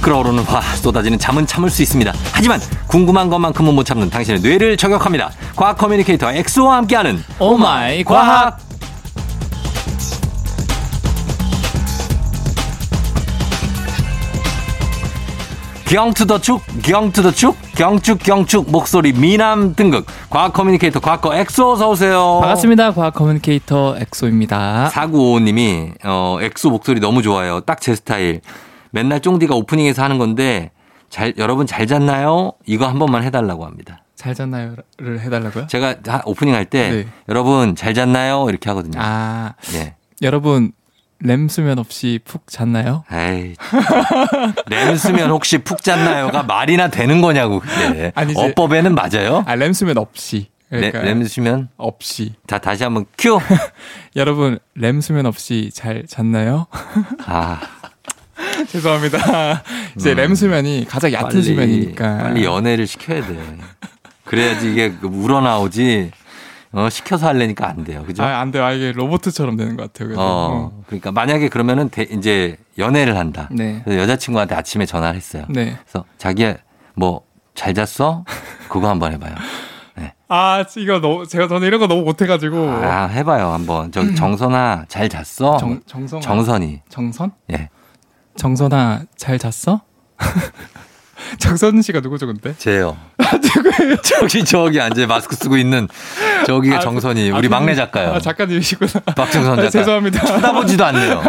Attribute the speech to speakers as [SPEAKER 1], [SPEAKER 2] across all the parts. [SPEAKER 1] 끓어오르는 화 쏟아지는 잠은 참을 수 있습니다. 하지만 궁금한 것만큼은 못 참는 당신의 뇌를 저격합니다. 과학 커뮤니케이터 엑소와 함께하는
[SPEAKER 2] 오마이
[SPEAKER 1] 과학
[SPEAKER 2] 과학.
[SPEAKER 1] 경투더축 경투더축 경축 경축 목소리 미남 등극 과학 커뮤니케이터 과거 엑소 어서 오세요.
[SPEAKER 2] 반갑습니다. 과학 커뮤니케이터 엑소입니다.
[SPEAKER 1] 4955님이 어, 엑소 목소리 너무 좋아요. 딱 제 스타일. 맨날 쫑디가 오프닝에서 하는 건데 잘 여러분 잘 잤나요? 이거 한 번만 해달라고 합니다.
[SPEAKER 2] 잘 잤나요를 해달라고요?
[SPEAKER 1] 제가 하- 오프닝 할 때
[SPEAKER 2] 네.
[SPEAKER 1] 여러분 잘 잤나요? 이렇게 하거든요.
[SPEAKER 2] 아
[SPEAKER 1] 예.
[SPEAKER 2] 여러분 램 수면 없이 푹 잤나요?
[SPEAKER 1] 에이, 램 쓰면 혹시 푹 잤나요가 말이나 되는 거냐고 그게.
[SPEAKER 2] 아니지.
[SPEAKER 1] 어법에는 맞아요.
[SPEAKER 2] 아램 수면 없이
[SPEAKER 1] 램-
[SPEAKER 2] 그러니까
[SPEAKER 1] 램 쓰면
[SPEAKER 2] 없이
[SPEAKER 1] 자 다시 한번 큐.
[SPEAKER 2] 여러분 램 수면 없이 잘 잤나요?
[SPEAKER 1] 아
[SPEAKER 2] 죄송합니다. 이제
[SPEAKER 1] 음.
[SPEAKER 2] 램 수면이 가장 얕은 수면이니까
[SPEAKER 1] 빨리 연애를 시켜야 돼. 그래야지 이게 우러나오지. 어, 시켜서 하려니까 안 돼요. 그죠?
[SPEAKER 2] 아안 돼요. 아, 이게 로봇처럼 되는 것 같아요. 그래서
[SPEAKER 1] 어, 그러니까 만약에 그러면은 대- 이제 연애를 한다.
[SPEAKER 2] 네.
[SPEAKER 1] 그래서 여자친구한테 아침에 전화를 했어요.
[SPEAKER 2] 네.
[SPEAKER 1] 그래서 자기야 뭐 잘 잤어? 그거 한번 해봐요.
[SPEAKER 2] 아 이거 너무 제가 저는 이런 거 너무 못해가지고
[SPEAKER 1] 아 해봐요 한번. 저 정선아 잘 잤어?
[SPEAKER 2] 어. 음. 정 정성
[SPEAKER 1] 정선이
[SPEAKER 2] 정선
[SPEAKER 1] 예.
[SPEAKER 2] 정선아 잘 잤어? 정선 씨가 누구죠 근데?
[SPEAKER 1] 제요.
[SPEAKER 2] 아,
[SPEAKER 1] 저기 저기 앉아 마스크 쓰고 있는 저기가
[SPEAKER 2] 아,
[SPEAKER 1] 정선이 예, 우리
[SPEAKER 2] 아,
[SPEAKER 1] 막내
[SPEAKER 2] 그분-
[SPEAKER 1] 작가요.
[SPEAKER 2] 아, 작가님이시구나.
[SPEAKER 1] 박정선
[SPEAKER 2] 아,
[SPEAKER 1] 작가.
[SPEAKER 2] 죄송합니다.
[SPEAKER 1] 쳐다보지도 않네요.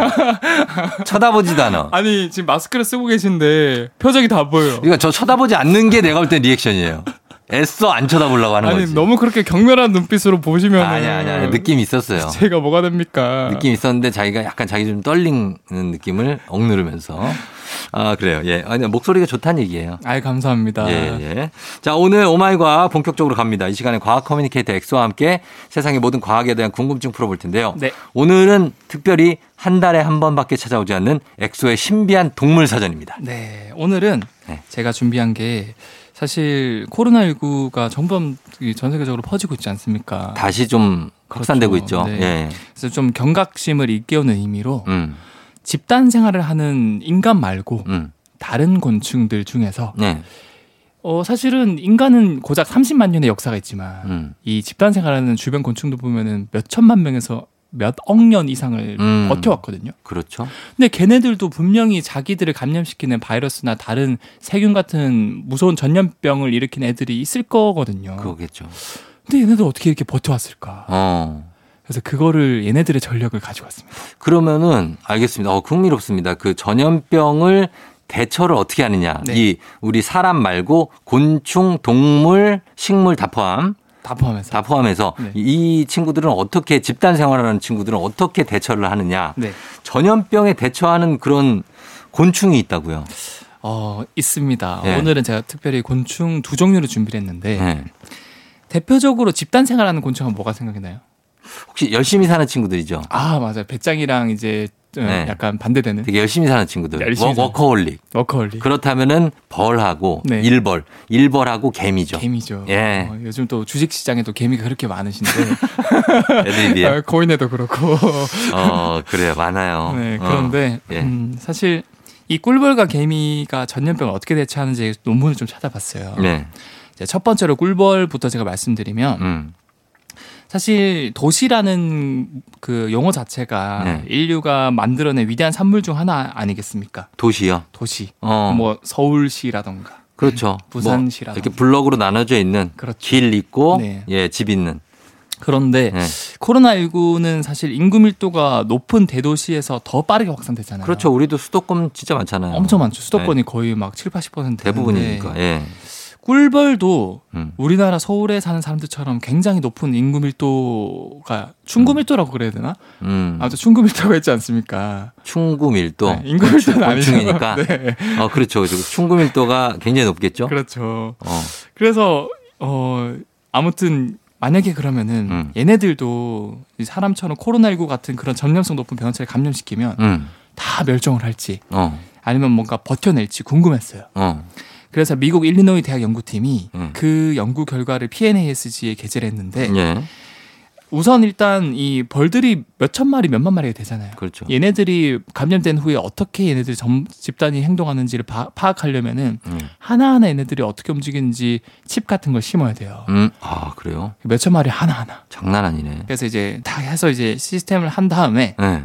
[SPEAKER 1] 쳐다보지도 않아.
[SPEAKER 2] 아니 지금 마스크를 쓰고 계신데 표정이 다 보여.
[SPEAKER 1] 그러니까 저 쳐다보지 않는 게 내가 볼 땐 리액션이에요. 애써 안 쳐다보려고 하는
[SPEAKER 2] 아니
[SPEAKER 1] 거지.
[SPEAKER 2] 너무 그렇게 격렬한 눈빛으로 보시면
[SPEAKER 1] 아니야, 아니야, 아니야. 느낌이 있었어요.
[SPEAKER 2] 제가 뭐가 됩니까?
[SPEAKER 1] 느낌이 있었는데 자기가 약간 자기 좀 떨리는 느낌을 억누르면서. 아, 그래요. 예. 아니, 목소리가 좋다는 얘기예요.
[SPEAKER 2] 아이 감사합니다.
[SPEAKER 1] 예, 예. 자, 오늘 오마이과 본격적으로 갑니다. 이 시간에 과학 커뮤니케이터 엑소와 함께 세상의 모든 과학에 대한 궁금증 풀어볼 텐데요.
[SPEAKER 2] 네.
[SPEAKER 1] 오늘은 특별히 한 달에 한 번밖에 찾아오지 않는 엑소의 신비한 동물 사전입니다.
[SPEAKER 2] 네, 오늘은
[SPEAKER 1] 네.
[SPEAKER 2] 제가 준비한 게 사실 코로나19가 전범 전 세계적으로 퍼지고 있지 않습니까?
[SPEAKER 1] 아, 다시 좀 확산되고
[SPEAKER 2] 그렇죠.
[SPEAKER 1] 있죠.
[SPEAKER 2] 네.
[SPEAKER 1] 예.
[SPEAKER 2] 그래서 좀 경각심을 일깨우는 의미로
[SPEAKER 1] 음,
[SPEAKER 2] 집단 생활을 하는 인간 말고
[SPEAKER 1] 음.
[SPEAKER 2] 다른 곤충들 중에서
[SPEAKER 1] 네.
[SPEAKER 2] 어 사실은 인간은 고작 30만 년의 역사가 있지만
[SPEAKER 1] 음.
[SPEAKER 2] 이 집단 생활하는 주변 곤충도 보면은 몇 천만 명에서 몇 억 년 이상을
[SPEAKER 1] 음.
[SPEAKER 2] 버텨왔거든요.
[SPEAKER 1] 그렇죠.
[SPEAKER 2] 근데 걔네들도 분명히 자기들을 감염시키는 바이러스나 다른 세균 같은 무서운 전염병을 일으킨 애들이 있을 거거든요.
[SPEAKER 1] 그거겠죠.
[SPEAKER 2] 근데 얘네들 어떻게 이렇게 버텨왔을까?
[SPEAKER 1] 어.
[SPEAKER 2] 그래서 그거를 얘네들의 전력을 가지고 왔습니다.
[SPEAKER 1] 그러면은 알겠습니다. 어, 흥미롭습니다. 그 전염병을 대처를 어떻게 하느냐.
[SPEAKER 2] 네.
[SPEAKER 1] 이 우리 사람 말고 곤충, 동물, 식물 다 포함
[SPEAKER 2] 다 포함해서.
[SPEAKER 1] 다 포함해서
[SPEAKER 2] 네.
[SPEAKER 1] 이 친구들은 어떻게 집단 생활하는 친구들은 어떻게 대처를 하느냐.
[SPEAKER 2] 네.
[SPEAKER 1] 전염병에 대처하는 그런 곤충이 있다고요.
[SPEAKER 2] 어, 있습니다.
[SPEAKER 1] 네.
[SPEAKER 2] 오늘은 제가 특별히 곤충 두 종류를 준비를 했는데
[SPEAKER 1] 네.
[SPEAKER 2] 대표적으로 집단 생활하는 곤충은 뭐가 생각이 나요?
[SPEAKER 1] 혹시 열심히 사는 친구들이죠.
[SPEAKER 2] 아, 맞아요. 배짱이랑 이제 어,
[SPEAKER 1] 네.
[SPEAKER 2] 약간 반대되는
[SPEAKER 1] 되게 열심히 사는 친구들.
[SPEAKER 2] 열심히
[SPEAKER 1] 워-
[SPEAKER 2] 사는-
[SPEAKER 1] 워커홀릭.
[SPEAKER 2] 워커홀릭.
[SPEAKER 1] 그렇다면은 벌하고
[SPEAKER 2] 네.
[SPEAKER 1] 일벌, 일벌하고 개미죠.
[SPEAKER 2] 개미죠.
[SPEAKER 1] 예.
[SPEAKER 2] 어, 요즘 또 주식 시장에도 개미가 그렇게 많으신데
[SPEAKER 1] 애들이 비해.
[SPEAKER 2] 어, 고인에도 그렇고.
[SPEAKER 1] 어, 그래요. 많아요.
[SPEAKER 2] 네,
[SPEAKER 1] 어.
[SPEAKER 2] 그런데
[SPEAKER 1] 예.
[SPEAKER 2] 음, 사실 이 꿀벌과 개미가 전염병을 어떻게 대처하는지 논문을 좀 찾아봤어요.
[SPEAKER 1] 네.
[SPEAKER 2] 이제 첫 번째로 꿀벌부터 제가 말씀드리면
[SPEAKER 1] 음.
[SPEAKER 2] 사실 도시라는 그 용어 자체가
[SPEAKER 1] 네.
[SPEAKER 2] 인류가 만들어낸 위대한 산물 중 하나 아니겠습니까?
[SPEAKER 1] 도시요.
[SPEAKER 2] 도시.
[SPEAKER 1] 어.
[SPEAKER 2] 뭐 서울시라던가
[SPEAKER 1] 그렇죠.
[SPEAKER 2] 부산시라던가.
[SPEAKER 1] 뭐 이렇게 블럭으로 나눠져 있는
[SPEAKER 2] 그렇죠.
[SPEAKER 1] 길 있고
[SPEAKER 2] 네.
[SPEAKER 1] 예, 집 있는.
[SPEAKER 2] 그런데
[SPEAKER 1] 예.
[SPEAKER 2] 코로나19는 사실 인구 밀도가 높은 대도시에서 더 빠르게 확산됐잖아요.
[SPEAKER 1] 그렇죠. 우리도 수도권 진짜 많잖아요.
[SPEAKER 2] 네. 엄청 네. 많죠. 수도권이 거의 막 7, 80%
[SPEAKER 1] 대부분이니까. 예.
[SPEAKER 2] 꿀벌도
[SPEAKER 1] 음.
[SPEAKER 2] 우리나라 서울에 사는 사람들처럼 굉장히 높은 인구 밀도가 충구 밀도라고 그래야 되나?
[SPEAKER 1] 음.
[SPEAKER 2] 아무튼 충구 밀도가 있지 않습니까?
[SPEAKER 1] 충구 밀도.
[SPEAKER 2] 네, 인구 밀도는 아니죠.
[SPEAKER 1] 곤충이니까.
[SPEAKER 2] 네.
[SPEAKER 1] 어, 그렇죠. 그렇죠. 충구 밀도가 굉장히 높겠죠?
[SPEAKER 2] 그렇죠.
[SPEAKER 1] 어.
[SPEAKER 2] 그래서 어 아무튼 만약에 그러면은
[SPEAKER 1] 음.
[SPEAKER 2] 얘네들도 이 사람처럼 코로나19 같은 그런 전염성 높은 병원체를 감염시키면
[SPEAKER 1] 음.
[SPEAKER 2] 다 멸종을 할지
[SPEAKER 1] 어.
[SPEAKER 2] 아니면 뭔가 버텨낼지 궁금했어요.
[SPEAKER 1] 어.
[SPEAKER 2] 그래서 미국 일리노이 대학 연구팀이
[SPEAKER 1] 음.
[SPEAKER 2] 그 연구 결과를 PNASG에 게재를 했는데
[SPEAKER 1] 예.
[SPEAKER 2] 우선 일단 이 벌들이 몇 천 마리 몇만 마리가 되잖아요.
[SPEAKER 1] 그렇죠.
[SPEAKER 2] 얘네들이 감염된 후에 어떻게 얘네들이 점- 집단이 행동하는지를 파, 악하려면은
[SPEAKER 1] 음.
[SPEAKER 2] 하나하나 얘네들이 어떻게 움직이는지 칩 같은 걸 심어야 돼요.
[SPEAKER 1] 음. 아 그래요?
[SPEAKER 2] 몇 천 마리 하나하나.
[SPEAKER 1] 장난 아니네.
[SPEAKER 2] 그래서 이제 다 해서 이제 시스템을 한 다음에
[SPEAKER 1] 네.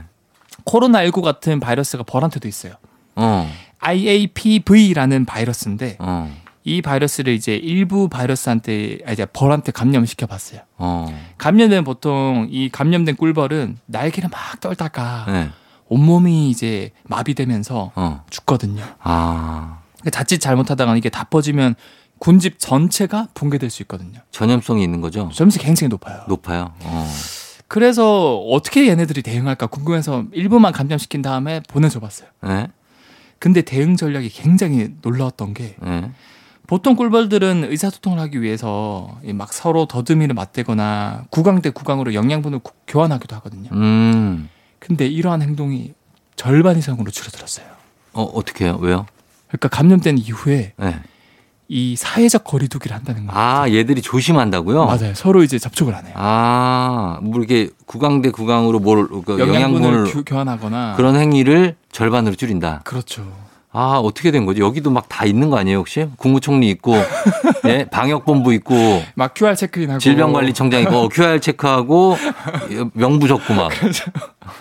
[SPEAKER 2] 코로나19 같은 바이러스가 벌한테도 있어요.
[SPEAKER 1] 어.
[SPEAKER 2] IAPV라는 바이러스인데
[SPEAKER 1] 어.
[SPEAKER 2] 이 바이러스를 이제 일부 바이러스한테 아, 이제 벌한테 감염시켜 봤어요.
[SPEAKER 1] 어.
[SPEAKER 2] 감염된 보통 이 감염된 꿀벌은 날개를 막 떨다가
[SPEAKER 1] 네.
[SPEAKER 2] 온몸이 이제 마비되면서
[SPEAKER 1] 어.
[SPEAKER 2] 죽거든요.
[SPEAKER 1] 아
[SPEAKER 2] 그러니까 자칫 잘못하다가 이게 다 퍼지면 군집 전체가 붕괴될 수 있거든요.
[SPEAKER 1] 전염성이 있는 거죠?
[SPEAKER 2] 점수 굉장히 높아요.
[SPEAKER 1] 높아요. 어.
[SPEAKER 2] 그래서 어떻게 얘네들이 대응할까 궁금해서 일부만 감염시킨 다음에 보내줘봤어요.
[SPEAKER 1] 네.
[SPEAKER 2] 근데 대응 전략이 굉장히 놀라웠던 게
[SPEAKER 1] 네.
[SPEAKER 2] 보통 꿀벌들은 의사소통을 하기 위해서 이막 서로 더듬이를 맞대거나 구강 대 구강으로 영양분을 구- 교환하기도 하거든요.
[SPEAKER 1] 음.
[SPEAKER 2] 근데 이러한 행동이 절반 이상으로 줄어들었어요.
[SPEAKER 1] 어 어떻게 해요? 왜요?
[SPEAKER 2] 그러니까 감염된 이후에
[SPEAKER 1] 네.
[SPEAKER 2] 이 사회적 거리두기를 한다는 거예요.
[SPEAKER 1] 아 얘들이 조심한다고요?
[SPEAKER 2] 맞아요. 서로 이제 접촉을 안 해요.
[SPEAKER 1] 아, 뭐 이렇게 구강 대 구강으로 뭘그
[SPEAKER 2] 영양분을, 아.
[SPEAKER 1] 영양분을
[SPEAKER 2] 교- 교환하거나
[SPEAKER 1] 그런 행위를 절반으로 줄인다.
[SPEAKER 2] 그렇죠.
[SPEAKER 1] 아, 어떻게 된 거지? 여기도 막 다 있는 거 아니에요, 혹시? 국무총리 있고, 예, 방역본부 있고,
[SPEAKER 2] 막 QR 체크인하고
[SPEAKER 1] 질병관리청장 있고, 어, QR 체크하고, 명부 적고 막.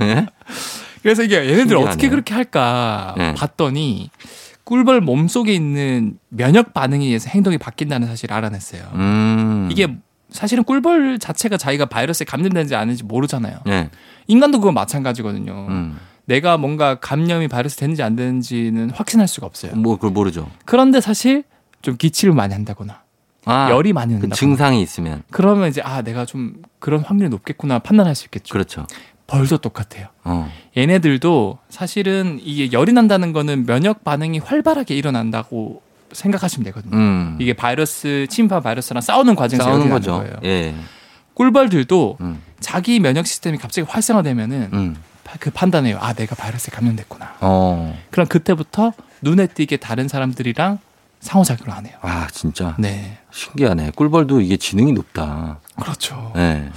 [SPEAKER 1] 예?
[SPEAKER 2] 그래서 이게 얘네들
[SPEAKER 1] 신기하네.
[SPEAKER 2] 어떻게 그렇게 할까
[SPEAKER 1] 네.
[SPEAKER 2] 봤더니 꿀벌 몸 속에 있는 면역 반응에 의해서 행동이 바뀐다는 사실을 알아냈어요.
[SPEAKER 1] 음.
[SPEAKER 2] 이게 사실은 꿀벌 자체가 자기가 바이러스에 감염된지 아닌지 모르잖아요.
[SPEAKER 1] 예.
[SPEAKER 2] 인간도 그건 마찬가지거든요.
[SPEAKER 1] 음.
[SPEAKER 2] 내가 뭔가 감염이 바이러스 되는지 안 되는지는 확신할 수가 없어요.
[SPEAKER 1] 뭐, 그걸 모르죠.
[SPEAKER 2] 그런데 사실 좀 기침을 많이 한다거나
[SPEAKER 1] 아,
[SPEAKER 2] 열이 많이
[SPEAKER 1] 그
[SPEAKER 2] 난다.
[SPEAKER 1] 증상이 있으면.
[SPEAKER 2] 그러면 이제 아 내가 좀 그런 확률이 높겠구나 판단할 수 있겠죠.
[SPEAKER 1] 그렇죠.
[SPEAKER 2] 벌도 똑같아요.
[SPEAKER 1] 어.
[SPEAKER 2] 얘네들도 사실은 이게 열이 난다는 거는 면역 반응이 활발하게 일어난다고 생각하시면 되거든요.
[SPEAKER 1] 음.
[SPEAKER 2] 이게 바이러스 침파 바이러스랑 싸우는 과정에서
[SPEAKER 1] 싸우는
[SPEAKER 2] 열이
[SPEAKER 1] 거죠.
[SPEAKER 2] 나는 거예요.
[SPEAKER 1] 예.
[SPEAKER 2] 꿀벌들도
[SPEAKER 1] 음.
[SPEAKER 2] 자기 면역 시스템이 갑자기 활성화되면은
[SPEAKER 1] 음.
[SPEAKER 2] 파- 그 판단해요. 아 내가 바이러스에 감염됐구나.
[SPEAKER 1] 어.
[SPEAKER 2] 그럼 그때부터 눈에 띄게 다른 사람들이랑 상호작용을 안 해요.
[SPEAKER 1] 아, 진짜.
[SPEAKER 2] 네,
[SPEAKER 1] 신기하네. 꿀벌도 이게 지능이 높다.
[SPEAKER 2] 그렇죠.
[SPEAKER 1] 예.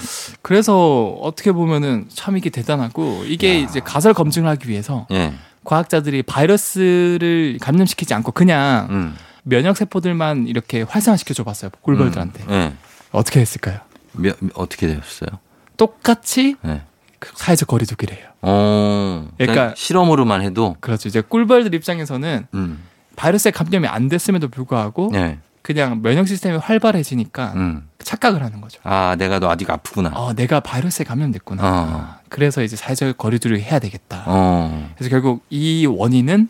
[SPEAKER 2] 그래서 어떻게 보면은 참 이게 대단하고 이게
[SPEAKER 1] 야.
[SPEAKER 2] 이제 가설 검증을 하기 위해서
[SPEAKER 1] 예.
[SPEAKER 2] 과학자들이 바이러스를 감염시키지 않고 그냥
[SPEAKER 1] 음.
[SPEAKER 2] 면역 세포들만 이렇게 활성화시켜 줘봤어요 꿀벌들한테
[SPEAKER 1] 음. 예.
[SPEAKER 2] 어떻게 했을까요?
[SPEAKER 1] 몇, 어떻게 되셨어요?
[SPEAKER 2] 똑같이
[SPEAKER 1] 예.
[SPEAKER 2] 그 사회적 거리두기를 해요.
[SPEAKER 1] 어. 그러니까,
[SPEAKER 2] 그러니까-
[SPEAKER 1] 실험으로만 해도
[SPEAKER 2] 그렇죠. 이제 꿀벌들 입장에서는
[SPEAKER 1] 음.
[SPEAKER 2] 바이러스에 감염이 안 됐음에도 불구하고
[SPEAKER 1] 예.
[SPEAKER 2] 그냥 면역 시스템이 활발해지니까
[SPEAKER 1] 음.
[SPEAKER 2] 착각을 하는 거죠.
[SPEAKER 1] 아, 내가 너 아직 아프구나.
[SPEAKER 2] 어, 내가 바이러스에 아. 감염됐구나. 그래서 이제 사회적 거리두기를 해야 되겠다.
[SPEAKER 1] 어.
[SPEAKER 2] 그래서 결국 이 원인은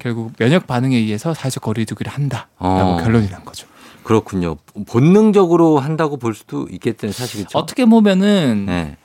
[SPEAKER 2] 결국 면역 반응에 의해서 사회적 거리두기를 아. 한다라고
[SPEAKER 1] 어.
[SPEAKER 2] 결론이 난 거죠.
[SPEAKER 1] 그렇군요. 본능적으로 한다고 볼 수도 있겠다는 사실이죠.
[SPEAKER 2] 어떻게 보면은
[SPEAKER 1] 예.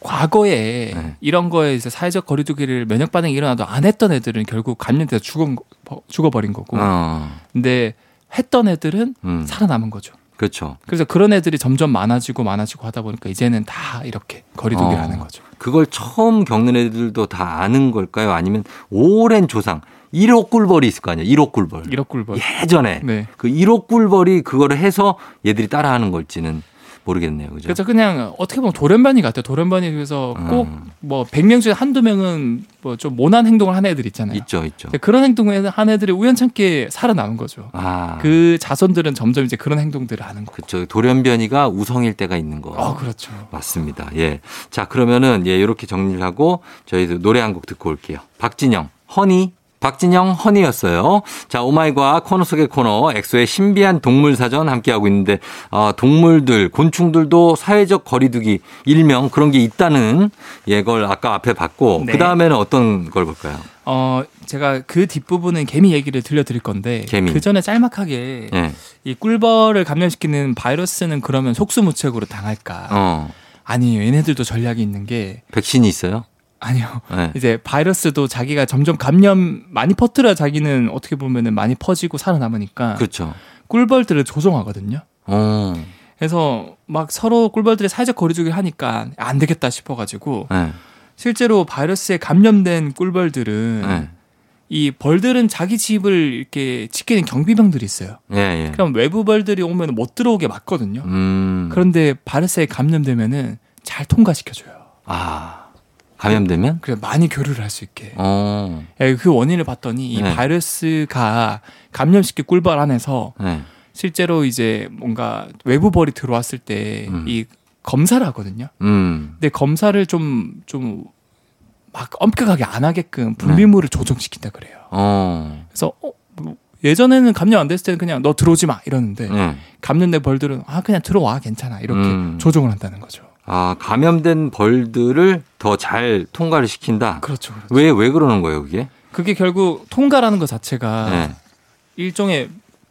[SPEAKER 2] 과거에
[SPEAKER 1] 네.
[SPEAKER 2] 이런 거에 이제 사회적 거리두기를 면역 반응이 일어나도 안 했던 애들은 결국 감염돼서 죽은 거- 버- 죽어버린 거고,
[SPEAKER 1] 어.
[SPEAKER 2] 근데 했던 애들은
[SPEAKER 1] 음.
[SPEAKER 2] 살아남은 거죠.
[SPEAKER 1] 그렇죠.
[SPEAKER 2] 그래서 그런 애들이 점점 많아지고 많아지고 하다 보니까 이제는 다 이렇게 거리두기를
[SPEAKER 1] 어.
[SPEAKER 2] 하는 거죠.
[SPEAKER 1] 그걸 처음 겪는 애들도 다 아는 걸까요? 아니면 오랜 조상 1호 꿀벌이 있을 거 아니에요? 1호 꿀벌.
[SPEAKER 2] 이렇꿀벌
[SPEAKER 1] 예전에
[SPEAKER 2] 네.
[SPEAKER 1] 그 1호 꿀벌이 그거를 해서 얘들이 따라하는 걸지는 모르겠네요. 그죠?
[SPEAKER 2] 그래서 그냥 어떻게 보면 돌연변이 같아요. 돌연변이 그래서 꼭
[SPEAKER 1] 음.
[SPEAKER 2] 뭐 100명 중에 한두 명은 뭐 좀 모난 행동을 하는 애들 있잖아요.
[SPEAKER 1] 있죠, 있죠.
[SPEAKER 2] 근데 네. 그런 행동을 한 애들이 우연찮게 살아남은 거죠.
[SPEAKER 1] 아, 그,
[SPEAKER 2] 그 자손들은 점점 이제 그런 행동들을 하는 거죠.
[SPEAKER 1] 그쵸. 돌연변이가 우성일 때가 있는 거.
[SPEAKER 2] 아, 그렇죠.
[SPEAKER 1] 맞습니다. 예. 자, 그러면은, 예, 요렇게 정리를 하고, 저희도 노래 한 곡 듣고 올게요. 박진영, 허니. 박진영 허니였어요. 자, 오마이과 코너 속의 코너, 엑소의 신비한 동물 사전 함께하고 있는데, 아, 동물들, 곤충들도 사회적 거리두기, 일명 그런 게 있다는, 예, 걸 아까 앞에 봤고,
[SPEAKER 2] 네.
[SPEAKER 1] 그 다음에는 어떤 걸 볼까요?
[SPEAKER 2] 어, 제가 그 뒷부분은 개미 얘기를 들려드릴 건데
[SPEAKER 1] 개미.
[SPEAKER 2] 그 전에 짤막하게
[SPEAKER 1] 예.
[SPEAKER 2] 이 꿀벌을 감염시키는 바이러스는 그러면 속수무책으로 당할까?
[SPEAKER 1] 어,
[SPEAKER 2] 아니에요. 얘네들도 전략이 있는 게
[SPEAKER 1] 백신이 있어요?
[SPEAKER 2] 아니요.
[SPEAKER 1] 예.
[SPEAKER 2] 이제 바이러스도 자기가 점점 감염 많이 퍼뜨려 자기는 어떻게 보면은 많이 퍼지고 살아남으니까
[SPEAKER 1] 그렇죠.
[SPEAKER 2] 꿀벌들을 조종하거든요.
[SPEAKER 1] 어,
[SPEAKER 2] 그래서 막 서로 꿀벌들이 사회적 거리두기를 하니까 안 되겠다 싶어가지고
[SPEAKER 1] 예.
[SPEAKER 2] 실제로 바이러스에 감염된 꿀벌들은
[SPEAKER 1] 예.
[SPEAKER 2] 이 벌들은 자기 집을 이렇게 지키는 경비병들이 있어요.
[SPEAKER 1] 예, 예.
[SPEAKER 2] 그럼 외부 벌들이 오면 못 들어오게 막거든요.
[SPEAKER 1] 음.
[SPEAKER 2] 그런데 바이러스에 감염되면은 잘 통과시켜줘요.
[SPEAKER 1] 아, 감염되면?
[SPEAKER 2] 그래 많이 교류를 할 수 있게.
[SPEAKER 1] 어,
[SPEAKER 2] 예, 그 원인을 봤더니 이
[SPEAKER 1] 네.
[SPEAKER 2] 바이러스가 감염시킨 꿀벌 안에서
[SPEAKER 1] 네.
[SPEAKER 2] 실제로 이제 뭔가 외부벌이 들어왔을 때 이
[SPEAKER 1] 음.
[SPEAKER 2] 검사를 하거든요.
[SPEAKER 1] 음.
[SPEAKER 2] 근데 검사를 좀 좀 막 엄격하게 안 하게끔 분비물을
[SPEAKER 1] 네.
[SPEAKER 2] 조정시킨다 그래요.
[SPEAKER 1] 어.
[SPEAKER 2] 그래서 어, 뭐 예전에는 감염 안 됐을 때는 그냥 너 들어오지 마 이러는데
[SPEAKER 1] 네.
[SPEAKER 2] 감염된 벌들은 아 그냥 들어와 괜찮아 이렇게
[SPEAKER 1] 음.
[SPEAKER 2] 조정을 한다는 거죠.
[SPEAKER 1] 아, 감염된 벌들을 더 잘 통과를 시킨다.
[SPEAKER 2] 그렇죠. 그렇죠.
[SPEAKER 1] 왜, 왜 그러는 거예요, 그게?
[SPEAKER 2] 그게 결국 통과라는 것 자체가
[SPEAKER 1] 네.
[SPEAKER 2] 일종의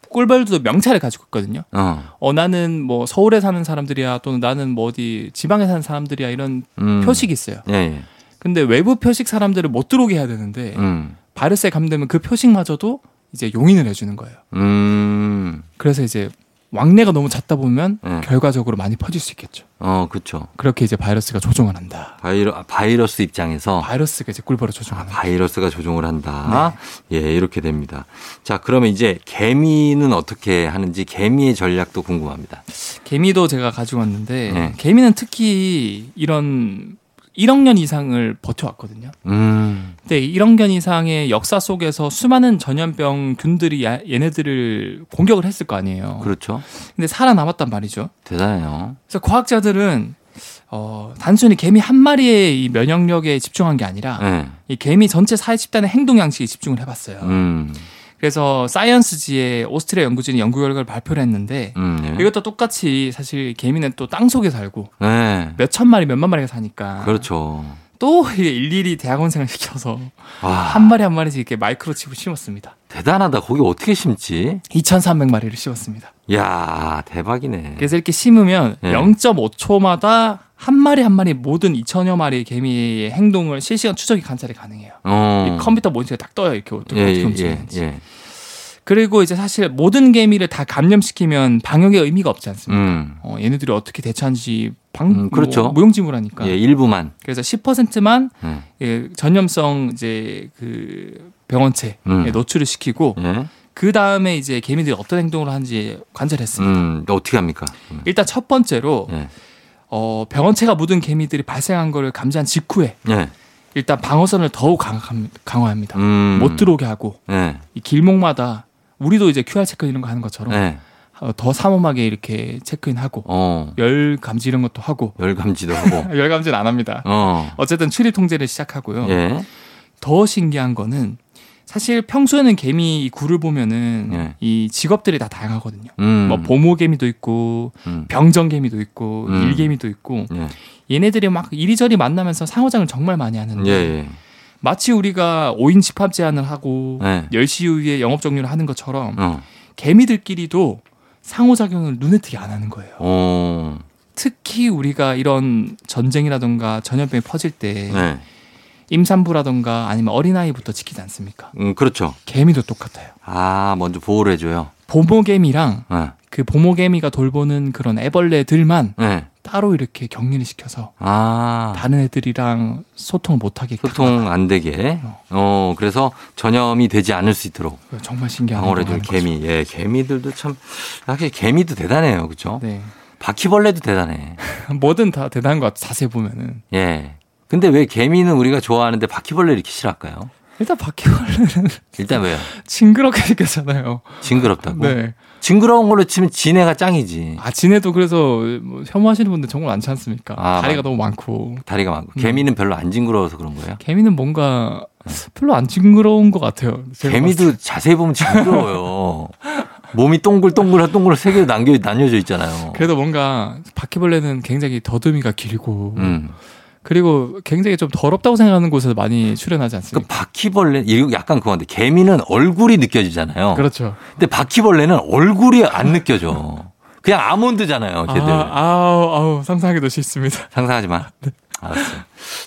[SPEAKER 2] 꿀벌도 명찰을 가지고 있거든요.
[SPEAKER 1] 어.
[SPEAKER 2] 어 나는 뭐 서울에 사는 사람들이야 또는 나는 뭐 어디 지방에 사는 사람들이야 이런
[SPEAKER 1] 음.
[SPEAKER 2] 표식이 있어요.
[SPEAKER 1] 예, 예.
[SPEAKER 2] 근데 외부 표식 사람들을 못 들어오게 해야 되는데
[SPEAKER 1] 음.
[SPEAKER 2] 바이러스에 감되면 그 표식마저도 이제 용인을 해주는 거예요.
[SPEAKER 1] 음.
[SPEAKER 2] 그래서 이제 왕래가 너무 잦다 보면
[SPEAKER 1] 네.
[SPEAKER 2] 결과적으로 많이 퍼질 수 있겠죠.
[SPEAKER 1] 어, 그쵸.
[SPEAKER 2] 그렇게 이제 바이러스가 조종을 한다.
[SPEAKER 1] 바이러, 아, 바이러스
[SPEAKER 2] 어.
[SPEAKER 1] 입장에서 아,
[SPEAKER 2] 바이러스가 이제 꿀벌을 조종하는. 다
[SPEAKER 1] 바이러스가 조종을 한다.
[SPEAKER 2] 네.
[SPEAKER 1] 예, 이렇게 됩니다. 자, 그러면 이제 개미는 어떻게 하는지 개미의 전략도 궁금합니다.
[SPEAKER 2] 개미도 제가 가지고 왔는데
[SPEAKER 1] 네.
[SPEAKER 2] 개미는 특히 이런 1억 년 이상을 버텨왔거든요.
[SPEAKER 1] 음.
[SPEAKER 2] 근데 1억 년 이상의 역사 속에서 수많은 전염병 균들이 야- 얘네들을 공격을 했을 거 아니에요.
[SPEAKER 1] 그렇죠.
[SPEAKER 2] 근데 살아남았단 말이죠.
[SPEAKER 1] 대단해요.
[SPEAKER 2] 그래서 과학자들은 어, 단순히 개미 한 마리의 이 면역력에 집중한 게 아니라
[SPEAKER 1] 예.
[SPEAKER 2] 이 개미 전체 사회 집단의 행동 양식에 집중을 해봤어요.
[SPEAKER 1] 음.
[SPEAKER 2] 그래서 사이언스지의 오스트리아 연구진이 연구 결과를 발표를 했는데
[SPEAKER 1] 음. 예.
[SPEAKER 2] 이것도 똑같이 사실 개미는 또 땅 속에 살고
[SPEAKER 1] 예.
[SPEAKER 2] 몇 천 마리 몇만 마리가 사니까
[SPEAKER 1] 그렇죠.
[SPEAKER 2] 또 이게 일일이 대학원생을 시켜서
[SPEAKER 1] 와,
[SPEAKER 2] 한 마리 한 마리씩 이렇게 마이크로칩을 심었습니다.
[SPEAKER 1] 대단하다. 거기 어떻게 심지?
[SPEAKER 2] 2,300마리를 심었습니다.
[SPEAKER 1] 야 대박이네.
[SPEAKER 2] 그래서 이렇게 심으면
[SPEAKER 1] 네.
[SPEAKER 2] 0.5초마다 한 마리 한 마리 모든 2천여 마리의 개미의 행동을 실시간 추적이 관찰이 가능해요.
[SPEAKER 1] 어.
[SPEAKER 2] 이 컴퓨터 모니터에 딱 떠요 이렇게 어떻게,
[SPEAKER 1] 예,
[SPEAKER 2] 어떻게
[SPEAKER 1] 예, 예,
[SPEAKER 2] 움직이는지.
[SPEAKER 1] 예.
[SPEAKER 2] 그리고 이제 사실 모든 개미를 다 감염시키면 방역의 의미가 없지 않습니까?
[SPEAKER 1] 음.
[SPEAKER 2] 어, 얘네들이 어떻게 대처하는지 방
[SPEAKER 1] 음, 그렇죠.
[SPEAKER 2] 뭐, 무용지물하니까.
[SPEAKER 1] 예, 일부만.
[SPEAKER 2] 그래서 10%만
[SPEAKER 1] 예.
[SPEAKER 2] 예, 전염성 이제 그 병원체에
[SPEAKER 1] 음.
[SPEAKER 2] 노출을 시키고
[SPEAKER 1] 예.
[SPEAKER 2] 그 다음에 이제 개미들이 어떤 행동을 하는지 관찰했습니다.
[SPEAKER 1] 음, 어떻게 합니까? 음.
[SPEAKER 2] 일단 첫 번째로
[SPEAKER 1] 예.
[SPEAKER 2] 어, 병원체가 묻은 개미들이 발생한 거를 감지한 직후에
[SPEAKER 1] 예.
[SPEAKER 2] 일단 방어선을 더욱 강화- 강화합니다.
[SPEAKER 1] 음.
[SPEAKER 2] 못 들어오게 하고
[SPEAKER 1] 예.
[SPEAKER 2] 이 길목마다 우리도 이제 QR 체크 이런 거 하는 것처럼
[SPEAKER 1] 예.
[SPEAKER 2] 어, 더 삼엄하게 이렇게 체크인하고
[SPEAKER 1] 어.
[SPEAKER 2] 열 감지 이런 것도 하고
[SPEAKER 1] 열감지도 하고.
[SPEAKER 2] 열 감지는 안 합니다.
[SPEAKER 1] 어.
[SPEAKER 2] 어쨌든 출입 통제를 시작하고요.
[SPEAKER 1] 예.
[SPEAKER 2] 더 신기한 거는 사실 평소에는 개미 이 굴을 보면은
[SPEAKER 1] 예.
[SPEAKER 2] 이 직업들이 다 다양하거든요.
[SPEAKER 1] 음.
[SPEAKER 2] 뭐 보모개미도 있고
[SPEAKER 1] 음.
[SPEAKER 2] 병정개미도 있고
[SPEAKER 1] 음.
[SPEAKER 2] 일개미도 있고
[SPEAKER 1] 예.
[SPEAKER 2] 얘네들이 막 이리저리 만나면서 상호작용을 정말 많이 하는데
[SPEAKER 1] 예, 예.
[SPEAKER 2] 마치 우리가 5인 집합 제한을 하고
[SPEAKER 1] 예.
[SPEAKER 2] 10시 이후에 영업 종료를 하는 것처럼
[SPEAKER 1] 어.
[SPEAKER 2] 개미들끼리도 상호작용을 눈에 띄게 안 하는 거예요.
[SPEAKER 1] 어.
[SPEAKER 2] 특히 우리가 이런 전쟁이라던가 전염병이 퍼질 때
[SPEAKER 1] 예.
[SPEAKER 2] 임산부라던가 아니면 어린아이부터 지키지 않습니까?
[SPEAKER 1] 음, 그렇죠.
[SPEAKER 2] 개미도 똑같아요.
[SPEAKER 1] 아, 먼저 보호를 해줘요.
[SPEAKER 2] 보모개미랑
[SPEAKER 1] 예.
[SPEAKER 2] 그 보모개미가 돌보는 그런 애벌레들만
[SPEAKER 1] 예.
[SPEAKER 2] 따로 이렇게 격리를 시켜서
[SPEAKER 1] 아. 그
[SPEAKER 2] 다른 애들이랑 소통을 못하게
[SPEAKER 1] 소통 안 되게. 어, 그래서 전염이 되지 않을 수 있도록
[SPEAKER 2] 강화하는 거예요. 정말 신기한
[SPEAKER 1] 방어를
[SPEAKER 2] 행동을
[SPEAKER 1] 해준
[SPEAKER 2] 하는 거죠.
[SPEAKER 1] 개미. 예, 개미들도 참, 확실히 개미도 대단해요. 그죠?
[SPEAKER 2] 네.
[SPEAKER 1] 바퀴벌레도 대단해.
[SPEAKER 2] 뭐든 다 대단한 것 같아요. 자세히 보면은.
[SPEAKER 1] 예. 근데 왜 개미는 우리가 좋아하는데 바퀴벌레를 이렇게 싫어할까요?
[SPEAKER 2] 일단 바퀴벌레는
[SPEAKER 1] 일단 왜요?
[SPEAKER 2] 징그럽게 생겼잖아요.
[SPEAKER 1] 징그럽다고?
[SPEAKER 2] 네.
[SPEAKER 1] 징그러운 걸로 치면 지네가 짱이지.
[SPEAKER 2] 아, 지네도 그래서 뭐 혐오하시는 분들 정말 많지 않습니까?
[SPEAKER 1] 아,
[SPEAKER 2] 다리가
[SPEAKER 1] 많-
[SPEAKER 2] 너무 많고.
[SPEAKER 1] 다리가 많고.
[SPEAKER 2] 음.
[SPEAKER 1] 개미는 별로 안 징그러워서 그런 거예요?
[SPEAKER 2] 개미는 뭔가 별로 안 징그러운 것 같아요. 제가 봤을
[SPEAKER 1] 개미도 자세히 보면 징그러워요. 몸이 동글동글한 동글 세 개로 남겨, 나뉘어져 있잖아요.
[SPEAKER 2] 때. 그래도 뭔가 바퀴벌레는 굉장히 더듬이가 길고
[SPEAKER 1] 음.
[SPEAKER 2] 그리고 굉장히 좀 더럽다고 생각하는 곳에서 많이 출연하지
[SPEAKER 1] 그
[SPEAKER 2] 않습니까?
[SPEAKER 1] 바퀴벌레, 이거 약간 그건데, 개미는 얼굴이 느껴지잖아요.
[SPEAKER 2] 그렇죠.
[SPEAKER 1] 근데 바퀴벌레는 얼굴이 안 느껴져. 그냥 아몬드잖아요,
[SPEAKER 2] 아,
[SPEAKER 1] 걔들.
[SPEAKER 2] 아우 아우 상상하기도 싫습니다.
[SPEAKER 1] 상상하지 마. 알았어.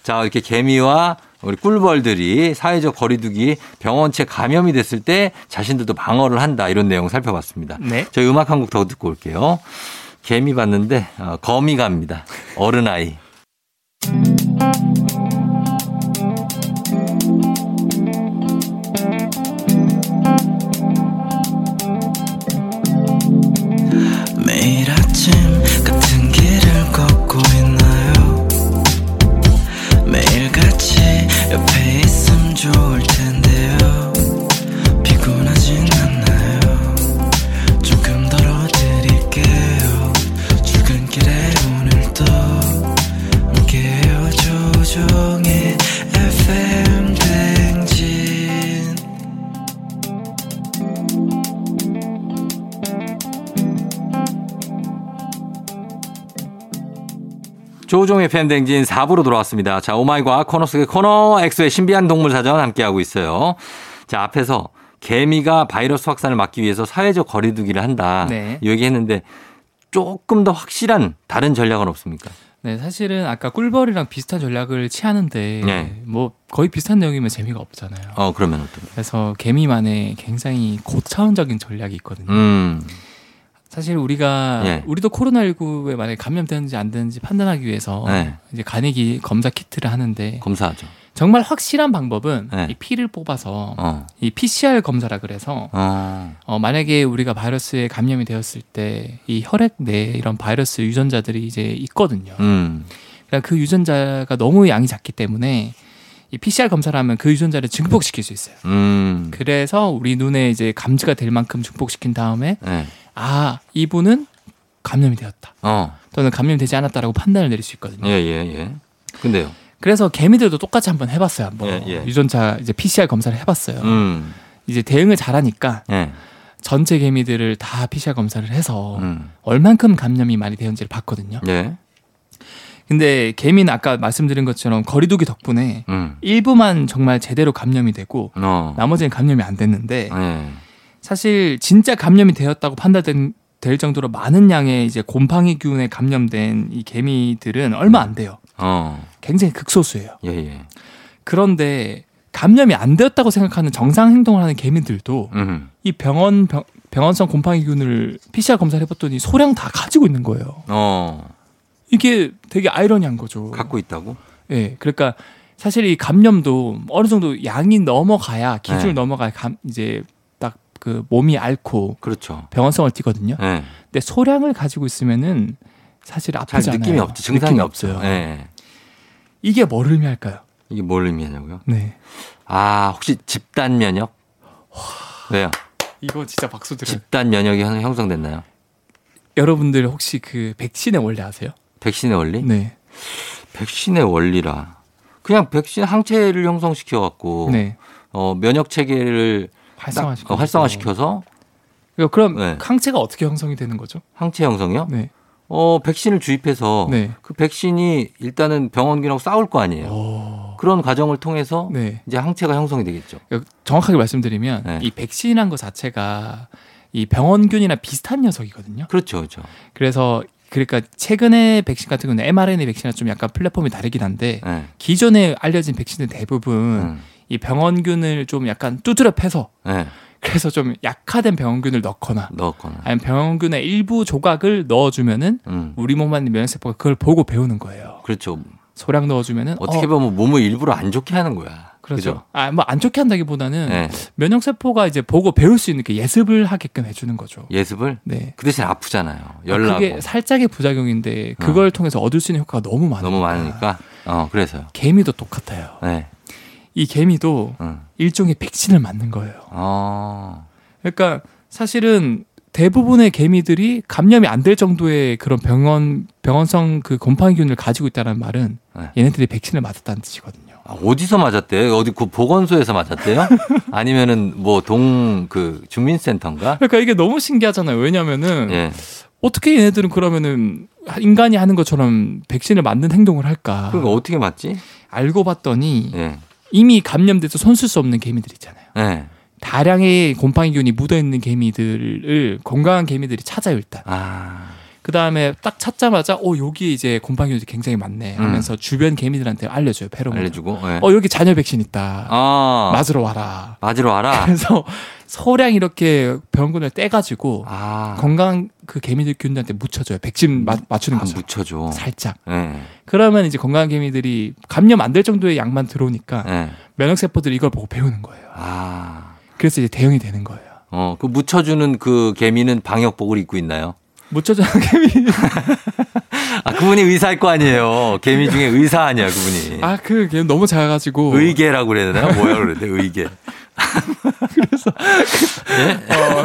[SPEAKER 1] 자, 이렇게 개미와 우리 꿀벌들이 사회적 거리두기 병원체 감염이 됐을 때 자신들도 방어를 한다 이런 내용 살펴봤습니다.
[SPEAKER 2] 네.
[SPEAKER 1] 저희 음악 한 곡 더 듣고 올게요. 개미 봤는데 어, 거미가입니다. 어른아이.
[SPEAKER 3] 매일 아침 같은 길을 걷고 있나요
[SPEAKER 1] 조종의 팬댕진 4부로 돌아왔습니다. 자, 오마이과 코너 속의 코너, 엑소의 신비한 동물 사전 함께하고 있어요. 자, 앞에서 개미가 바이러스 확산을 막기 위해서 사회적 거리두기를 한다.
[SPEAKER 2] 네.
[SPEAKER 1] 이 얘기했는데 조금 더 확실한 다른 전략은 없습니까?
[SPEAKER 2] 네, 사실은 아까 꿀벌이랑 비슷한 전략을 취하는데
[SPEAKER 1] 네.
[SPEAKER 2] 뭐 거의 비슷한 내용이면 재미가 없잖아요.
[SPEAKER 1] 어, 그러면 어떤?
[SPEAKER 2] 그래서 개미만의 굉장히 고차원적인 전략이 있거든요.
[SPEAKER 1] 음,
[SPEAKER 2] 사실 우리가
[SPEAKER 1] 예.
[SPEAKER 2] 우리도 코로나19에 만약에 감염되는지 안 되는지 판단하기 위해서
[SPEAKER 1] 네.
[SPEAKER 2] 이제 간이기 검사 키트를 하는데
[SPEAKER 1] 검사하죠.
[SPEAKER 2] 정말 확실한 방법은
[SPEAKER 1] 네.
[SPEAKER 2] 이 피를 뽑아서
[SPEAKER 1] 어,
[SPEAKER 2] 이 PCR 검사라 그래서
[SPEAKER 1] 어,
[SPEAKER 2] 어, 만약에 우리가 바이러스에 감염이 되었을 때 이 혈액 내에 이런 바이러스 유전자들이 이제 있거든요.
[SPEAKER 1] 음,
[SPEAKER 2] 그러니까 그 유전자가 너무 양이 작기 때문에 이 PCR 검사를 하면 그 유전자를 증폭시킬 수 있어요.
[SPEAKER 1] 음,
[SPEAKER 2] 그래서 우리 눈에 이제 감지가 될 만큼 증폭시킨 다음에
[SPEAKER 1] 네.
[SPEAKER 2] 아 이분은 감염이 되었다
[SPEAKER 1] 어,
[SPEAKER 2] 또는 감염되지 않았다라고 판단을 내릴 수 있거든요.
[SPEAKER 1] 예, 예, 예. 근데요.
[SPEAKER 2] 그래서 개미들도 똑같이 한번 해봤어요. 한번
[SPEAKER 1] 예, 예.
[SPEAKER 2] 유전자 이제 PCR 검사를 해봤어요.
[SPEAKER 1] 음,
[SPEAKER 2] 이제 대응을 잘하니까
[SPEAKER 1] 예,
[SPEAKER 2] 전체 개미들을 다 PCR 검사를 해서
[SPEAKER 1] 음,
[SPEAKER 2] 얼만큼 감염이 많이 되었는지를 봤거든요.
[SPEAKER 1] 예,
[SPEAKER 2] 근데 개미는 아까 말씀드린 것처럼 거리두기 덕분에
[SPEAKER 1] 음,
[SPEAKER 2] 일부만 정말 제대로 감염이 되고
[SPEAKER 1] 어,
[SPEAKER 2] 나머지는 감염이 안 됐는데
[SPEAKER 1] 예,
[SPEAKER 2] 사실 진짜 감염이 되었다고 판단된 될 정도로 많은 양의 이제 곰팡이균에 감염된 이 개미들은 얼마 안 돼요.
[SPEAKER 1] 어,
[SPEAKER 2] 굉장히 극소수예요.
[SPEAKER 1] 예, 예,
[SPEAKER 2] 그런데 감염이 안 되었다고 생각하는 정상 행동을 하는 개미들도
[SPEAKER 1] 음,
[SPEAKER 2] 이 병원 병, 병원성 곰팡이균을 PCR 검사를 해봤더니 소량 다 가지고 있는 거예요.
[SPEAKER 1] 어,
[SPEAKER 2] 이게 되게 아이러니한 거죠.
[SPEAKER 1] 갖고 있다고?
[SPEAKER 2] 예, 그러니까 사실 이 감염도 어느 정도 양이 넘어가야 기준을
[SPEAKER 1] 네.
[SPEAKER 2] 넘어가야 감, 이제 딱 그 몸이 앓고
[SPEAKER 1] 그렇죠.
[SPEAKER 2] 병원성을 띠거든요.
[SPEAKER 1] 예,
[SPEAKER 2] 근데 소량을 가지고 있으면은 사실
[SPEAKER 1] 잘
[SPEAKER 2] 아프지 않아요.
[SPEAKER 1] 느낌이 없죠. 증상이
[SPEAKER 2] 느낌이
[SPEAKER 1] 없어요. 예,
[SPEAKER 2] 이게 뭘 의미할까요?
[SPEAKER 1] 이게 뭘 의미하냐고요?
[SPEAKER 2] 네.
[SPEAKER 1] 아, 혹시 집단 면역? 왜요?
[SPEAKER 2] 이거 진짜 박수 드려요.
[SPEAKER 1] 집단 면역이 형- 형성됐나요?
[SPEAKER 2] 여러분들 혹시 그 백신의 원리 아세요?
[SPEAKER 1] 백신의 원리?
[SPEAKER 2] 네.
[SPEAKER 1] 백신의 원리라. 그냥 백신 항체를 형성시켜 갖고
[SPEAKER 2] 네.
[SPEAKER 1] 어, 면역 체계를
[SPEAKER 2] 활성화시켜.
[SPEAKER 1] 딱, 어, 활성화시켜서
[SPEAKER 2] 그러니까 그럼
[SPEAKER 1] 네.
[SPEAKER 2] 항체가 어떻게 형성이 되는 거죠?
[SPEAKER 1] 항체 형성이요?
[SPEAKER 2] 네.
[SPEAKER 1] 어, 백신을 주입해서
[SPEAKER 2] 네.
[SPEAKER 1] 그 백신이 일단은 병원균하고 싸울 거 아니에요.
[SPEAKER 2] 오.
[SPEAKER 1] 그런 과정을 통해서
[SPEAKER 2] 어. 네.
[SPEAKER 1] 이제 항체가 형성이 되겠죠.
[SPEAKER 2] 그러니까 정확하게 말씀드리면
[SPEAKER 1] 네.
[SPEAKER 2] 이 백신이란 것 자체가 이 병원균이나 비슷한 녀석이거든요.
[SPEAKER 1] 그렇죠. 그렇죠.
[SPEAKER 2] 그래서 그러니까 최근에 백신 같은 경우는 mRNA 백신이랑 좀 약간 플랫폼이 다르긴 한데
[SPEAKER 1] 예.
[SPEAKER 2] 기존에 알려진 백신은 대부분
[SPEAKER 1] 음.
[SPEAKER 2] 이 병원균을 좀 약간 두드려 패서
[SPEAKER 1] 예.
[SPEAKER 2] 그래서 좀 약화된 병원균을 넣거나
[SPEAKER 1] 네. 넣었거나.
[SPEAKER 2] 아니면 병원균의 일부 조각을 넣어주면은
[SPEAKER 1] 음.
[SPEAKER 2] 우리 몸 안에 면역세포가 그걸 보고 배우는 거예요.
[SPEAKER 1] 그렇죠.
[SPEAKER 2] 소량 넣어주면은
[SPEAKER 1] 어떻게
[SPEAKER 2] 어,
[SPEAKER 1] 보면 몸을 일부러 안 좋게 하는 거야.
[SPEAKER 2] 그렇죠. 아 뭐 안 좋게 한다기보다는
[SPEAKER 1] 예.
[SPEAKER 2] 면역세포가 이제 보고 배울 수 있는 게 예습을 하게끔 해주는 거죠.
[SPEAKER 1] 예습을
[SPEAKER 2] 네.
[SPEAKER 1] 그 대신 아프잖아요. 열나고 아.
[SPEAKER 2] 그게 살짝의 부작용인데 그걸 통해서 얻을 수 있는 효과가 너무 많아요.
[SPEAKER 1] 너무 많으니까. 어 그래서요.
[SPEAKER 2] 개미도 똑같아요.
[SPEAKER 1] 네.
[SPEAKER 2] 이 개미도
[SPEAKER 1] 음.
[SPEAKER 2] 일종의 백신을 맞는 거예요.
[SPEAKER 1] 어.
[SPEAKER 2] 그러니까 사실은 대부분의 개미들이 감염이 안 될 정도의 그런 병원 병원성 그 곰팡이균을 가지고 있다는 말은
[SPEAKER 1] 네.
[SPEAKER 2] 얘네들이 백신을 맞았다는 뜻이거든요.
[SPEAKER 1] 아, 어디서 맞았대요? 어디 그 보건소에서 맞았대요? 아니면은 뭐 동 그 주민센터인가?
[SPEAKER 2] 그러니까 이게 너무 신기하잖아요. 왜냐면은
[SPEAKER 1] 예.
[SPEAKER 2] 어떻게 얘네들은 그러면은 인간이 하는 것처럼 백신을 맞는 행동을 할까?
[SPEAKER 1] 그러니까 어떻게 맞지?
[SPEAKER 2] 알고 봤더니
[SPEAKER 1] 예.
[SPEAKER 2] 이미 감염돼서 손쓸 수 없는 개미들 있잖아요.
[SPEAKER 1] 예.
[SPEAKER 2] 다량의 곰팡이균이 묻어 있는 개미들을 건강한 개미들이 찾아요 일단.
[SPEAKER 1] 아.
[SPEAKER 2] 그 다음에 딱 찾자마자 어 여기 이제 곰팡이균이 굉장히 많네 하면서 주변 개미들한테 알려줘요
[SPEAKER 1] 음.
[SPEAKER 2] 페로몬.
[SPEAKER 1] 알려주고. 예.
[SPEAKER 2] 어 여기 잔여 백신 있다.
[SPEAKER 1] 아.
[SPEAKER 2] 맞으러 와라.
[SPEAKER 1] 맞으러 와라.
[SPEAKER 2] 그래서 소량 이렇게 병균을 떼가지고
[SPEAKER 1] 아.
[SPEAKER 2] 건강 그 개미들 균들한테 묻혀줘요. 백신 마- 맞추는
[SPEAKER 1] 아,
[SPEAKER 2] 것처럼
[SPEAKER 1] 묻혀줘.
[SPEAKER 2] 살짝.
[SPEAKER 1] 예.
[SPEAKER 2] 그러면 이제 건강한 개미들이 감염 안 될 정도의 양만 들어오니까
[SPEAKER 1] 예.
[SPEAKER 2] 면역 세포들이 이걸 보고 배우는 거예요.
[SPEAKER 1] 아.
[SPEAKER 2] 그래서 이제 대응이 되는 거예요.
[SPEAKER 1] 어, 그 묻혀주는 그 개미는 방역복을 입고 있나요?
[SPEAKER 2] 묻혀주는 개미.
[SPEAKER 1] 아, 그분이 의사일 거 아니에요. 개미 중에 의사 아니야, 그분이.
[SPEAKER 2] 아 그 개미 너무 작아가지고.
[SPEAKER 1] 의계라고 그래야 되나? 뭐야 그래야 돼, 의계.
[SPEAKER 2] 어,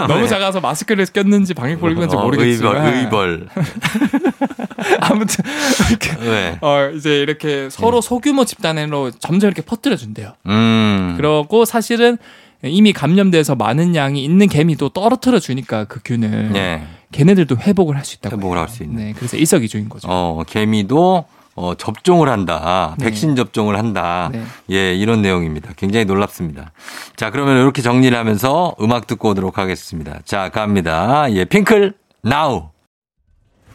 [SPEAKER 2] 너무 작아서 마스크를 꼈는지 방역복을 입었는지
[SPEAKER 1] 어,
[SPEAKER 2] 모르겠지만
[SPEAKER 1] 의벌, 의벌.
[SPEAKER 2] 아무튼 이렇게
[SPEAKER 1] 네.
[SPEAKER 2] 어, 이제 이렇게 서로 소규모 집단으로 점점 이렇게 퍼뜨려 준대요.
[SPEAKER 1] 음.
[SPEAKER 2] 그러고 사실은 이미 감염돼서 많은 양이 있는 개미도 떨어뜨려 주니까 그 균을
[SPEAKER 1] 예.
[SPEAKER 2] 걔네들도 회복을 할 수 있다고.
[SPEAKER 1] 회복을
[SPEAKER 2] 해요.
[SPEAKER 1] 할수 있는.
[SPEAKER 2] 네, 그래서 일석이조인 거죠.
[SPEAKER 1] 어, 개미도 어, 접종을 한다.
[SPEAKER 2] 네.
[SPEAKER 1] 백신 접종을 한다.
[SPEAKER 2] 네.
[SPEAKER 1] 예, 이런 내용입니다. 굉장히 놀랍습니다. 자, 그러면 이렇게 정리를 하면서 음악 듣고 오도록 하겠습니다. 자, 갑니다. 예, 핑클, 나우.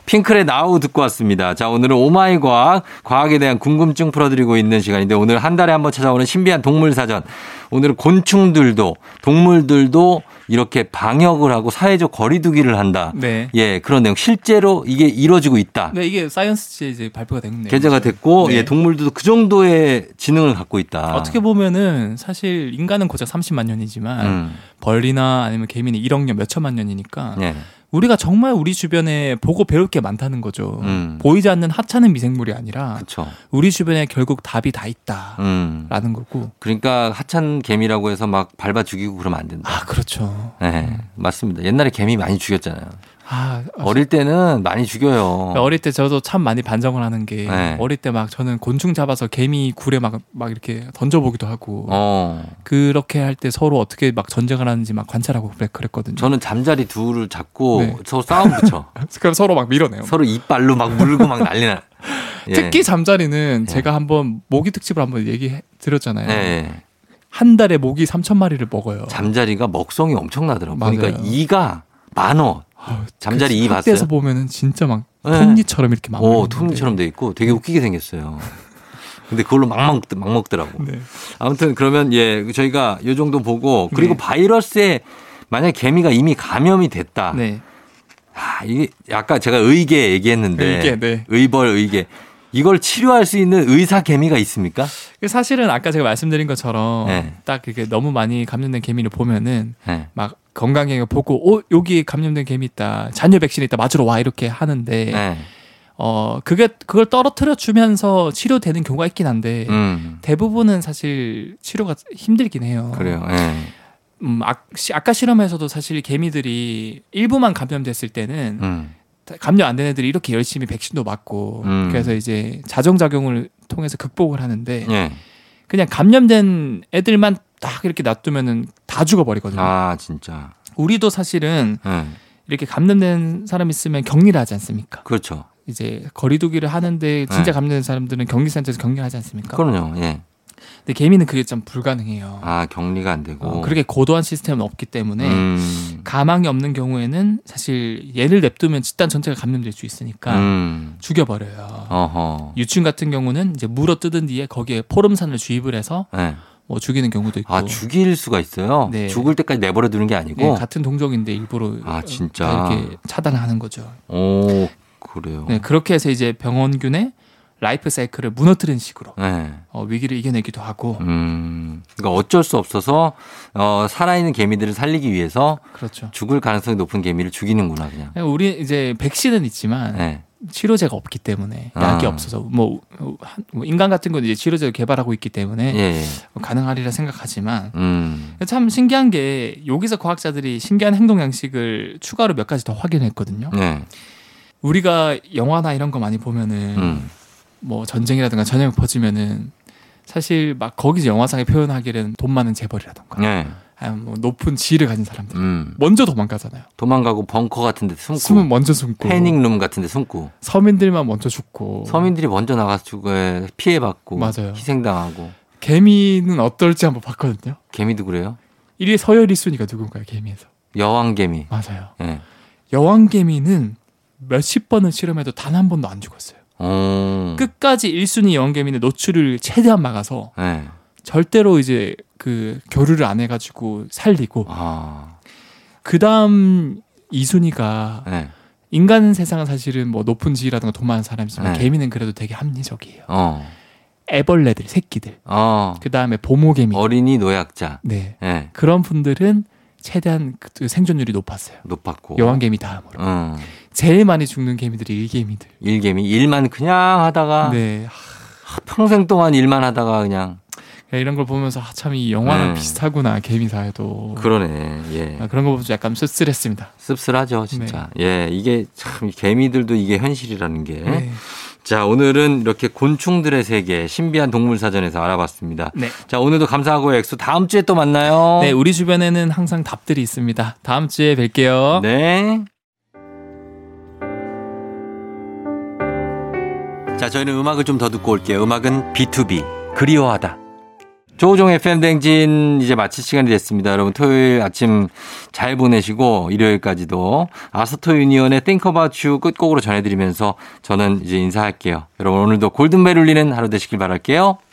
[SPEAKER 1] 핑클의 나우 듣고 왔습니다. 자, 오늘은 오마이 과학, 과학에 대한 궁금증 풀어드리고 있는 시간인데 오늘 한 달에 한 번 찾아오는 신비한 동물 사전. 오늘은 곤충들도, 동물들도 이렇게 방역을 하고 사회적 거리두기를 한다.
[SPEAKER 2] 네.
[SPEAKER 1] 예, 그런 내용. 실제로 이게 이루어지고 있다.
[SPEAKER 2] 네, 이게 사이언스지에 이제 발표가 됐네요.
[SPEAKER 1] 계좌가 됐고,
[SPEAKER 2] 네.
[SPEAKER 1] 예, 동물들도 그 정도의 지능을 갖고 있다.
[SPEAKER 2] 어떻게 보면은 사실 인간은 고작 30만 년이지만
[SPEAKER 1] 음,
[SPEAKER 2] 벌리나 아니면 개미는 1억 년, 몇 천만 년이니까
[SPEAKER 1] 예.
[SPEAKER 2] 우리가 정말 우리 주변에 보고 배울 게 많다는 거죠.
[SPEAKER 1] 음.
[SPEAKER 2] 보이지 않는 하찮은 미생물이 아니라
[SPEAKER 1] 그렇죠.
[SPEAKER 2] 우리 주변에 결국 답이 다 있다라는
[SPEAKER 1] 음.
[SPEAKER 2] 거고.
[SPEAKER 1] 그러니까 하찮은 개미라고 해서 막 밟아 죽이고 그러면 안 된다.
[SPEAKER 2] 아, 그렇죠.
[SPEAKER 1] 네, 맞습니다. 옛날에 개미 많이 죽였잖아요.
[SPEAKER 2] 아, 아,
[SPEAKER 1] 어릴 때는 많이 죽여요.
[SPEAKER 2] 어릴 때 저도 참 많이 반성을 하는 게
[SPEAKER 1] 네.
[SPEAKER 2] 어릴 때 막 저는 곤충 잡아서 개미 굴에 막 막 이렇게 던져보기도 하고
[SPEAKER 1] 어,
[SPEAKER 2] 그렇게 할 때 서로 어떻게 막 전쟁을 하는지 막 관찰하고 그래- 그랬거든요.
[SPEAKER 1] 저는 잠자리 둘을 잡고
[SPEAKER 2] 네.
[SPEAKER 1] 서로 싸움 붙여.
[SPEAKER 2] 그럼 서로 막 밀어내요.
[SPEAKER 1] 서로 이빨로 막 물고 막 난리나. 예.
[SPEAKER 2] 특히 잠자리는
[SPEAKER 1] 예.
[SPEAKER 2] 제가 한번 모기 특집을 한번 얘기 드렸잖아요.
[SPEAKER 1] 예.
[SPEAKER 2] 한 달에 모기 3천 마리를 먹어요.
[SPEAKER 1] 잠자리가 먹성이 엄청나더라고. 요 그러니까
[SPEAKER 2] 맞아요.
[SPEAKER 1] 이가 많어.
[SPEAKER 2] 아우,
[SPEAKER 1] 잠자리
[SPEAKER 2] 그
[SPEAKER 1] 이
[SPEAKER 2] 학대에서
[SPEAKER 1] 봤어요?
[SPEAKER 2] 보면은 진짜 막
[SPEAKER 1] 예.
[SPEAKER 2] 톱니처럼 이렇게 막.
[SPEAKER 1] 오, 톱니처럼 돼 있고 되게 웃기게 생겼어요. 근데 그걸로 막, 먹, 막 먹더라고.
[SPEAKER 2] 네.
[SPEAKER 1] 아무튼 그러면 예, 저희가 요 정도 보고 그리고
[SPEAKER 2] 네.
[SPEAKER 1] 바이러스에 만약 개미가 이미 감염이 됐다.
[SPEAKER 2] 네.
[SPEAKER 1] 아, 이게 아까 제가 의계 얘기했는데
[SPEAKER 2] 의계, 네.
[SPEAKER 1] 의벌 의계 이걸 치료할 수 있는 의사 개미가 있습니까?
[SPEAKER 2] 그 사실은 아까 제가 말씀드린 것처럼
[SPEAKER 1] 네.
[SPEAKER 2] 딱 이게 너무 많이 감염된 개미를 보면은
[SPEAKER 1] 네.
[SPEAKER 2] 막 건강에 보고 어 여기 감염된 개미 있다 잔여 백신 있다 맞으러 와 이렇게 하는데
[SPEAKER 1] 네.
[SPEAKER 2] 어 그게 그걸 떨어뜨려 주면서 치료되는 경우가 있긴 한데
[SPEAKER 1] 음.
[SPEAKER 2] 대부분은 사실 치료가 힘들긴 해요.
[SPEAKER 1] 그래요. 네.
[SPEAKER 2] 음, 아, 까 실험에서도 사실 개미들이 일부만 감염됐을 때는
[SPEAKER 1] 음.
[SPEAKER 2] 다- 감염 안 된 애들이 이렇게 열심히 백신도 맞고
[SPEAKER 1] 음.
[SPEAKER 2] 그래서 이제 자정 작용을 통해서 극복을 하는데
[SPEAKER 1] 예.
[SPEAKER 2] 그냥 감염된 애들만 딱 이렇게 놔두면은 다 죽어버리거든요.
[SPEAKER 1] 아, 진짜.
[SPEAKER 2] 우리도 사실은
[SPEAKER 1] 예.
[SPEAKER 2] 이렇게 감염된 사람 있으면 격리를 하지 않습니까?
[SPEAKER 1] 그렇죠.
[SPEAKER 2] 이제 거리두기를 하는데 진짜
[SPEAKER 1] 네.
[SPEAKER 2] 감염된 사람들은 격리센터에서 격리하지 않습니까?
[SPEAKER 1] 그럼요. 예.
[SPEAKER 2] 근데 개미는 그게 좀 불가능해요.
[SPEAKER 1] 아, 격리가 안 되고.
[SPEAKER 2] 어, 그렇게 네. 고도한 시스템은 없기 때문에
[SPEAKER 1] 음.
[SPEAKER 2] 가망이 없는 경우에는 사실 얘를 냅두면 집단 전체가 감염될 수 있으니까
[SPEAKER 1] 음.
[SPEAKER 2] 죽여버려요.
[SPEAKER 1] 어허.
[SPEAKER 2] 유충 같은 경우는 이제 물어 뜯은 뒤에 거기에 포름산을 주입을 해서
[SPEAKER 1] 예.
[SPEAKER 2] 뭐 죽이는 경우도 있고
[SPEAKER 1] 아, 죽일 수가 있어요?
[SPEAKER 2] 네.
[SPEAKER 1] 죽을 때까지 내버려 두는 게
[SPEAKER 2] 예,
[SPEAKER 1] 아니고.
[SPEAKER 2] 같은 동족인데 일부러 어,
[SPEAKER 1] 아, 진짜.
[SPEAKER 2] 다 이렇게 차단하는 거죠.
[SPEAKER 1] 오, 그래요.
[SPEAKER 2] 네,
[SPEAKER 1] 예.
[SPEAKER 2] 그렇게 해서 이제 병원균의 라이프 사이클을 무너뜨린 식으로 어, 위기를 이겨내기도 하고
[SPEAKER 1] 예. 음. 그러니까 어쩔 수 없어서 어, 살아있는 개미들을 살리기 위해서
[SPEAKER 2] 그렇죠. 네,
[SPEAKER 1] 죽을 가능성이 높은 개미를 죽이는구나 그냥.
[SPEAKER 2] 우리 이제 백신은 있지만
[SPEAKER 1] 네.
[SPEAKER 2] 치료제가 없기 때문에 약이
[SPEAKER 1] 아.
[SPEAKER 2] 없어서 뭐, 어, 한- 뭐 인간 같은 건 이제 치료제를 개발하고 있기 때문에 뭐
[SPEAKER 1] 예. 예.
[SPEAKER 2] 가능하리라 생각하지만
[SPEAKER 1] 음.
[SPEAKER 2] 참 신기한 게 여기서 과학자들이 신기한 행동 양식을 추가로 몇 가지 더 확인했거든요.
[SPEAKER 1] 네.
[SPEAKER 2] 우리가 영화나 이런 거 많이 보면은
[SPEAKER 1] 음.
[SPEAKER 2] 뭐 전쟁이라든가 전염이 퍼지면은 사실 막 거기서 영화상에 표현하기에는 돈 많은 재벌이라든가
[SPEAKER 1] 네.
[SPEAKER 2] 아니면 뭐 높은 지위를 가진 사람들
[SPEAKER 1] 음.
[SPEAKER 2] 먼저 도망가잖아요.
[SPEAKER 1] 도망가고 벙커 같은 데 숨고
[SPEAKER 2] 숨은 먼저 숨고
[SPEAKER 1] 패닝룸 같은 데 숨고
[SPEAKER 2] 서민들만 먼저 죽고
[SPEAKER 1] 서민들이 먼저 나가서 죽어 예, 피해 받고
[SPEAKER 2] 맞아요.
[SPEAKER 1] 희생당하고
[SPEAKER 2] 개미는 어떨지 한번 봤거든요.
[SPEAKER 1] 개미도 그래요?
[SPEAKER 2] 1위 서열이 순위가 누군가요, 개미에서.
[SPEAKER 1] 여왕 개미.
[SPEAKER 2] 맞아요.
[SPEAKER 1] 예.
[SPEAKER 2] 여왕 개미는 몇십 번을 실험해도 단 한 번도 안 죽었어요.
[SPEAKER 1] 어.
[SPEAKER 2] 끝까지 1순위 여왕 개미는 노출을 최대한 막아서
[SPEAKER 1] 예.
[SPEAKER 2] 절대로 이제 그 교류를 안 해가지고 살리고
[SPEAKER 1] 아.
[SPEAKER 2] 그 다음 2순위가
[SPEAKER 1] 예.
[SPEAKER 2] 인간 세상은 사실은 뭐 높은 지위라든가 돈 많은 사람이지만
[SPEAKER 1] 네.
[SPEAKER 2] 개미는 그래도 되게 합리적이에요.
[SPEAKER 1] 어.
[SPEAKER 2] 애벌레들, 새끼들.
[SPEAKER 1] 어.
[SPEAKER 2] 그 다음에 보모개미.
[SPEAKER 1] 어린이 노약자.
[SPEAKER 2] 네.
[SPEAKER 1] 예.
[SPEAKER 2] 그런 분들은 최대한 그 생존율이 높았어요.
[SPEAKER 1] 높았고.
[SPEAKER 2] 여왕개미 다음으로.
[SPEAKER 1] 음.
[SPEAKER 2] 제일 많이 죽는 개미들이 일개미들.
[SPEAKER 1] 일개미 일만 그냥 하다가
[SPEAKER 2] 네.
[SPEAKER 1] 평생 동안 일만 하다가 그냥
[SPEAKER 2] 하, 이런 걸 보면서 아, 참 이 영화랑
[SPEAKER 1] 네.
[SPEAKER 2] 비슷하구나 개미 사회도.
[SPEAKER 1] 그러네. 예.
[SPEAKER 2] 어. 아, 네. 그런 거 보면서 약간 씁쓸했습니다.
[SPEAKER 1] 씁쓸하죠, 진짜. 예, 이게 참 개미들도 이게 현실이라는 게.
[SPEAKER 2] 네.
[SPEAKER 1] 자, 오늘은 이렇게 곤충들의 세계, 신비한 동물 사전에서 알아봤습니다.
[SPEAKER 2] 네.
[SPEAKER 1] 자, 오늘도 감사하고 엑소 다음 주에 또 만나요.
[SPEAKER 2] 네, 우리 주변에는 항상 답들이 있습니다. 다음 주에 뵐게요.
[SPEAKER 1] 네. 자, 저희는 음악을 좀 더 듣고 올게요. 음악은 B2B 그리워하다. 조우종 FM 댕진 이제 마칠 시간이 됐습니다. 여러분 토요일 아침 잘 보내시고 일요일까지도 아스토 유니언의 Think About You 끝곡으로 전해드리면서 저는 이제 인사할게요. 여러분 오늘도 골든벨 울리는 하루 되시길 바랄게요.